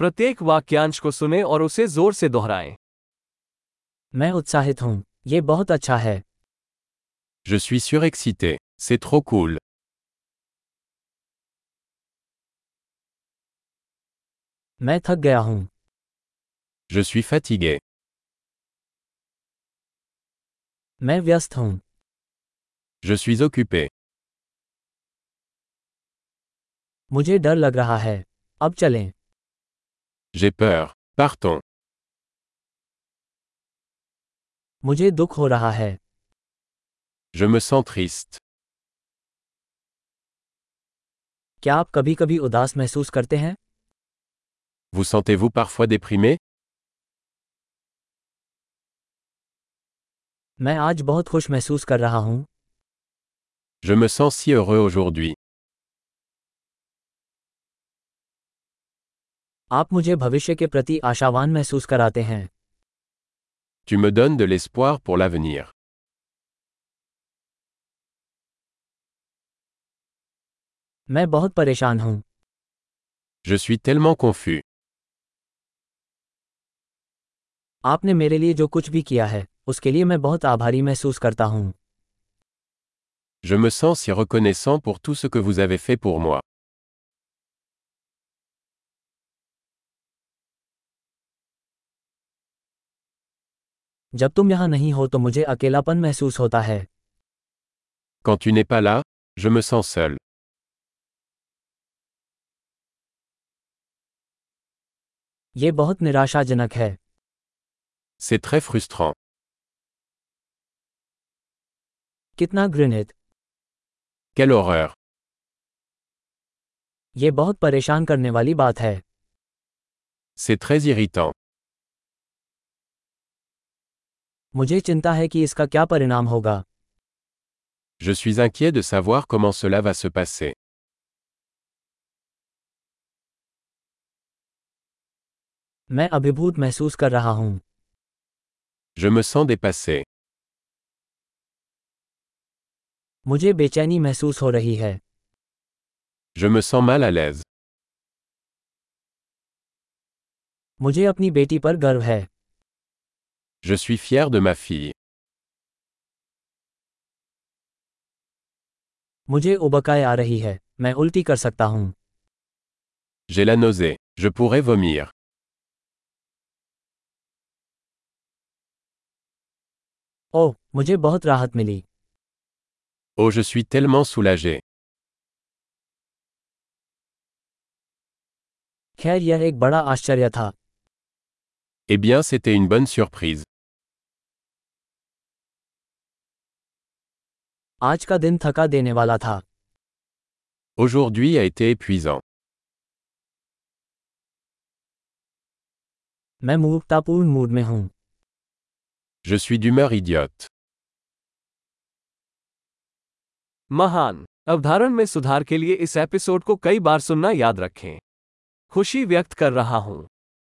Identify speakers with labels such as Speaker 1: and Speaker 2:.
Speaker 1: प्रत्येक वाक्यांश को सुने और उसे जोर से दोहराएं
Speaker 2: मैं उत्साहित हूँ ये बहुत अच्छा है
Speaker 3: Je suis surexcité. C'est trop cool.
Speaker 2: मैं थक गया हूँ
Speaker 3: Je suis fatigué.
Speaker 2: मैं व्यस्त हूँ
Speaker 3: Je suis occupé.
Speaker 2: मुझे डर लग रहा है अब चलें
Speaker 3: J'ai peur. Partons.
Speaker 2: मुझे दुख हो रहा है
Speaker 3: Je me sens triste.
Speaker 2: क्या आप कभी कभी उदास महसूस करते हैं
Speaker 3: Vous sentez-vous parfois déprimé
Speaker 2: मैं आज बहुत खुश महसूस कर रहा हूँ
Speaker 3: Je me sens si heureux aujourd'hui.
Speaker 2: आप मुझे भविष्य के प्रति आशावान महसूस कराते हैं
Speaker 3: Tu me donnes de l'espoir pour l'avenir.
Speaker 2: मैं बहुत परेशान हूँ
Speaker 3: Je suis tellement confus.
Speaker 2: आपने मेरे लिए जो कुछ भी किया है उसके लिए मैं बहुत आभारी महसूस करता हूँ
Speaker 3: Je me sens si reconnaissant pour tout ce que vous avez fait pour moi.
Speaker 2: जब तुम यहाँ नहीं हो तो मुझे अकेलापन महसूस होता है
Speaker 3: Quand tu n'es pas là, je me sens seul.
Speaker 2: ये बहुत निराशाजनक है
Speaker 3: C'est très frustrant.
Speaker 2: कितना घृणित
Speaker 3: Quelle horreur.
Speaker 2: ये बहुत परेशान करने वाली बात है
Speaker 3: C'est très irritant.
Speaker 2: मुझे चिंता है कि इसका क्या परिणाम होगा
Speaker 3: Je suis inquiet de savoir comment cela va se passer.
Speaker 2: मैं अभिभूत महसूस कर रहा हूँ
Speaker 3: Je me sens dépassé.
Speaker 2: मुझे बेचैनी महसूस हो रही है
Speaker 3: Je me sens mal à l'aise.
Speaker 2: मुझे अपनी बेटी पर गर्व है
Speaker 3: Je suis fier de ma fille.
Speaker 2: मुझे उबकाई आ रही है मैं उल्टी कर सकता हूँ
Speaker 3: J'ai la nausée. Je pourrais vomir.
Speaker 2: ओह मुझे बहुत राहत मिली
Speaker 3: Oh, je suis tellement soulagé.
Speaker 2: खैर यह एक बड़ा आश्चर्य था
Speaker 3: Eh bien, c'était une bonne surprise.
Speaker 2: आज का दिन थका देने वाला था
Speaker 3: Aujourd'hui a été épuisant.
Speaker 2: मैं मूर्खतापूर्ण मूड में हूँ
Speaker 3: Je suis d'humeur idiote.
Speaker 1: महान अवधारण में सुधार के लिए इस एपिसोड को कई बार सुनना याद रखें खुशी व्यक्त कर रहा हूं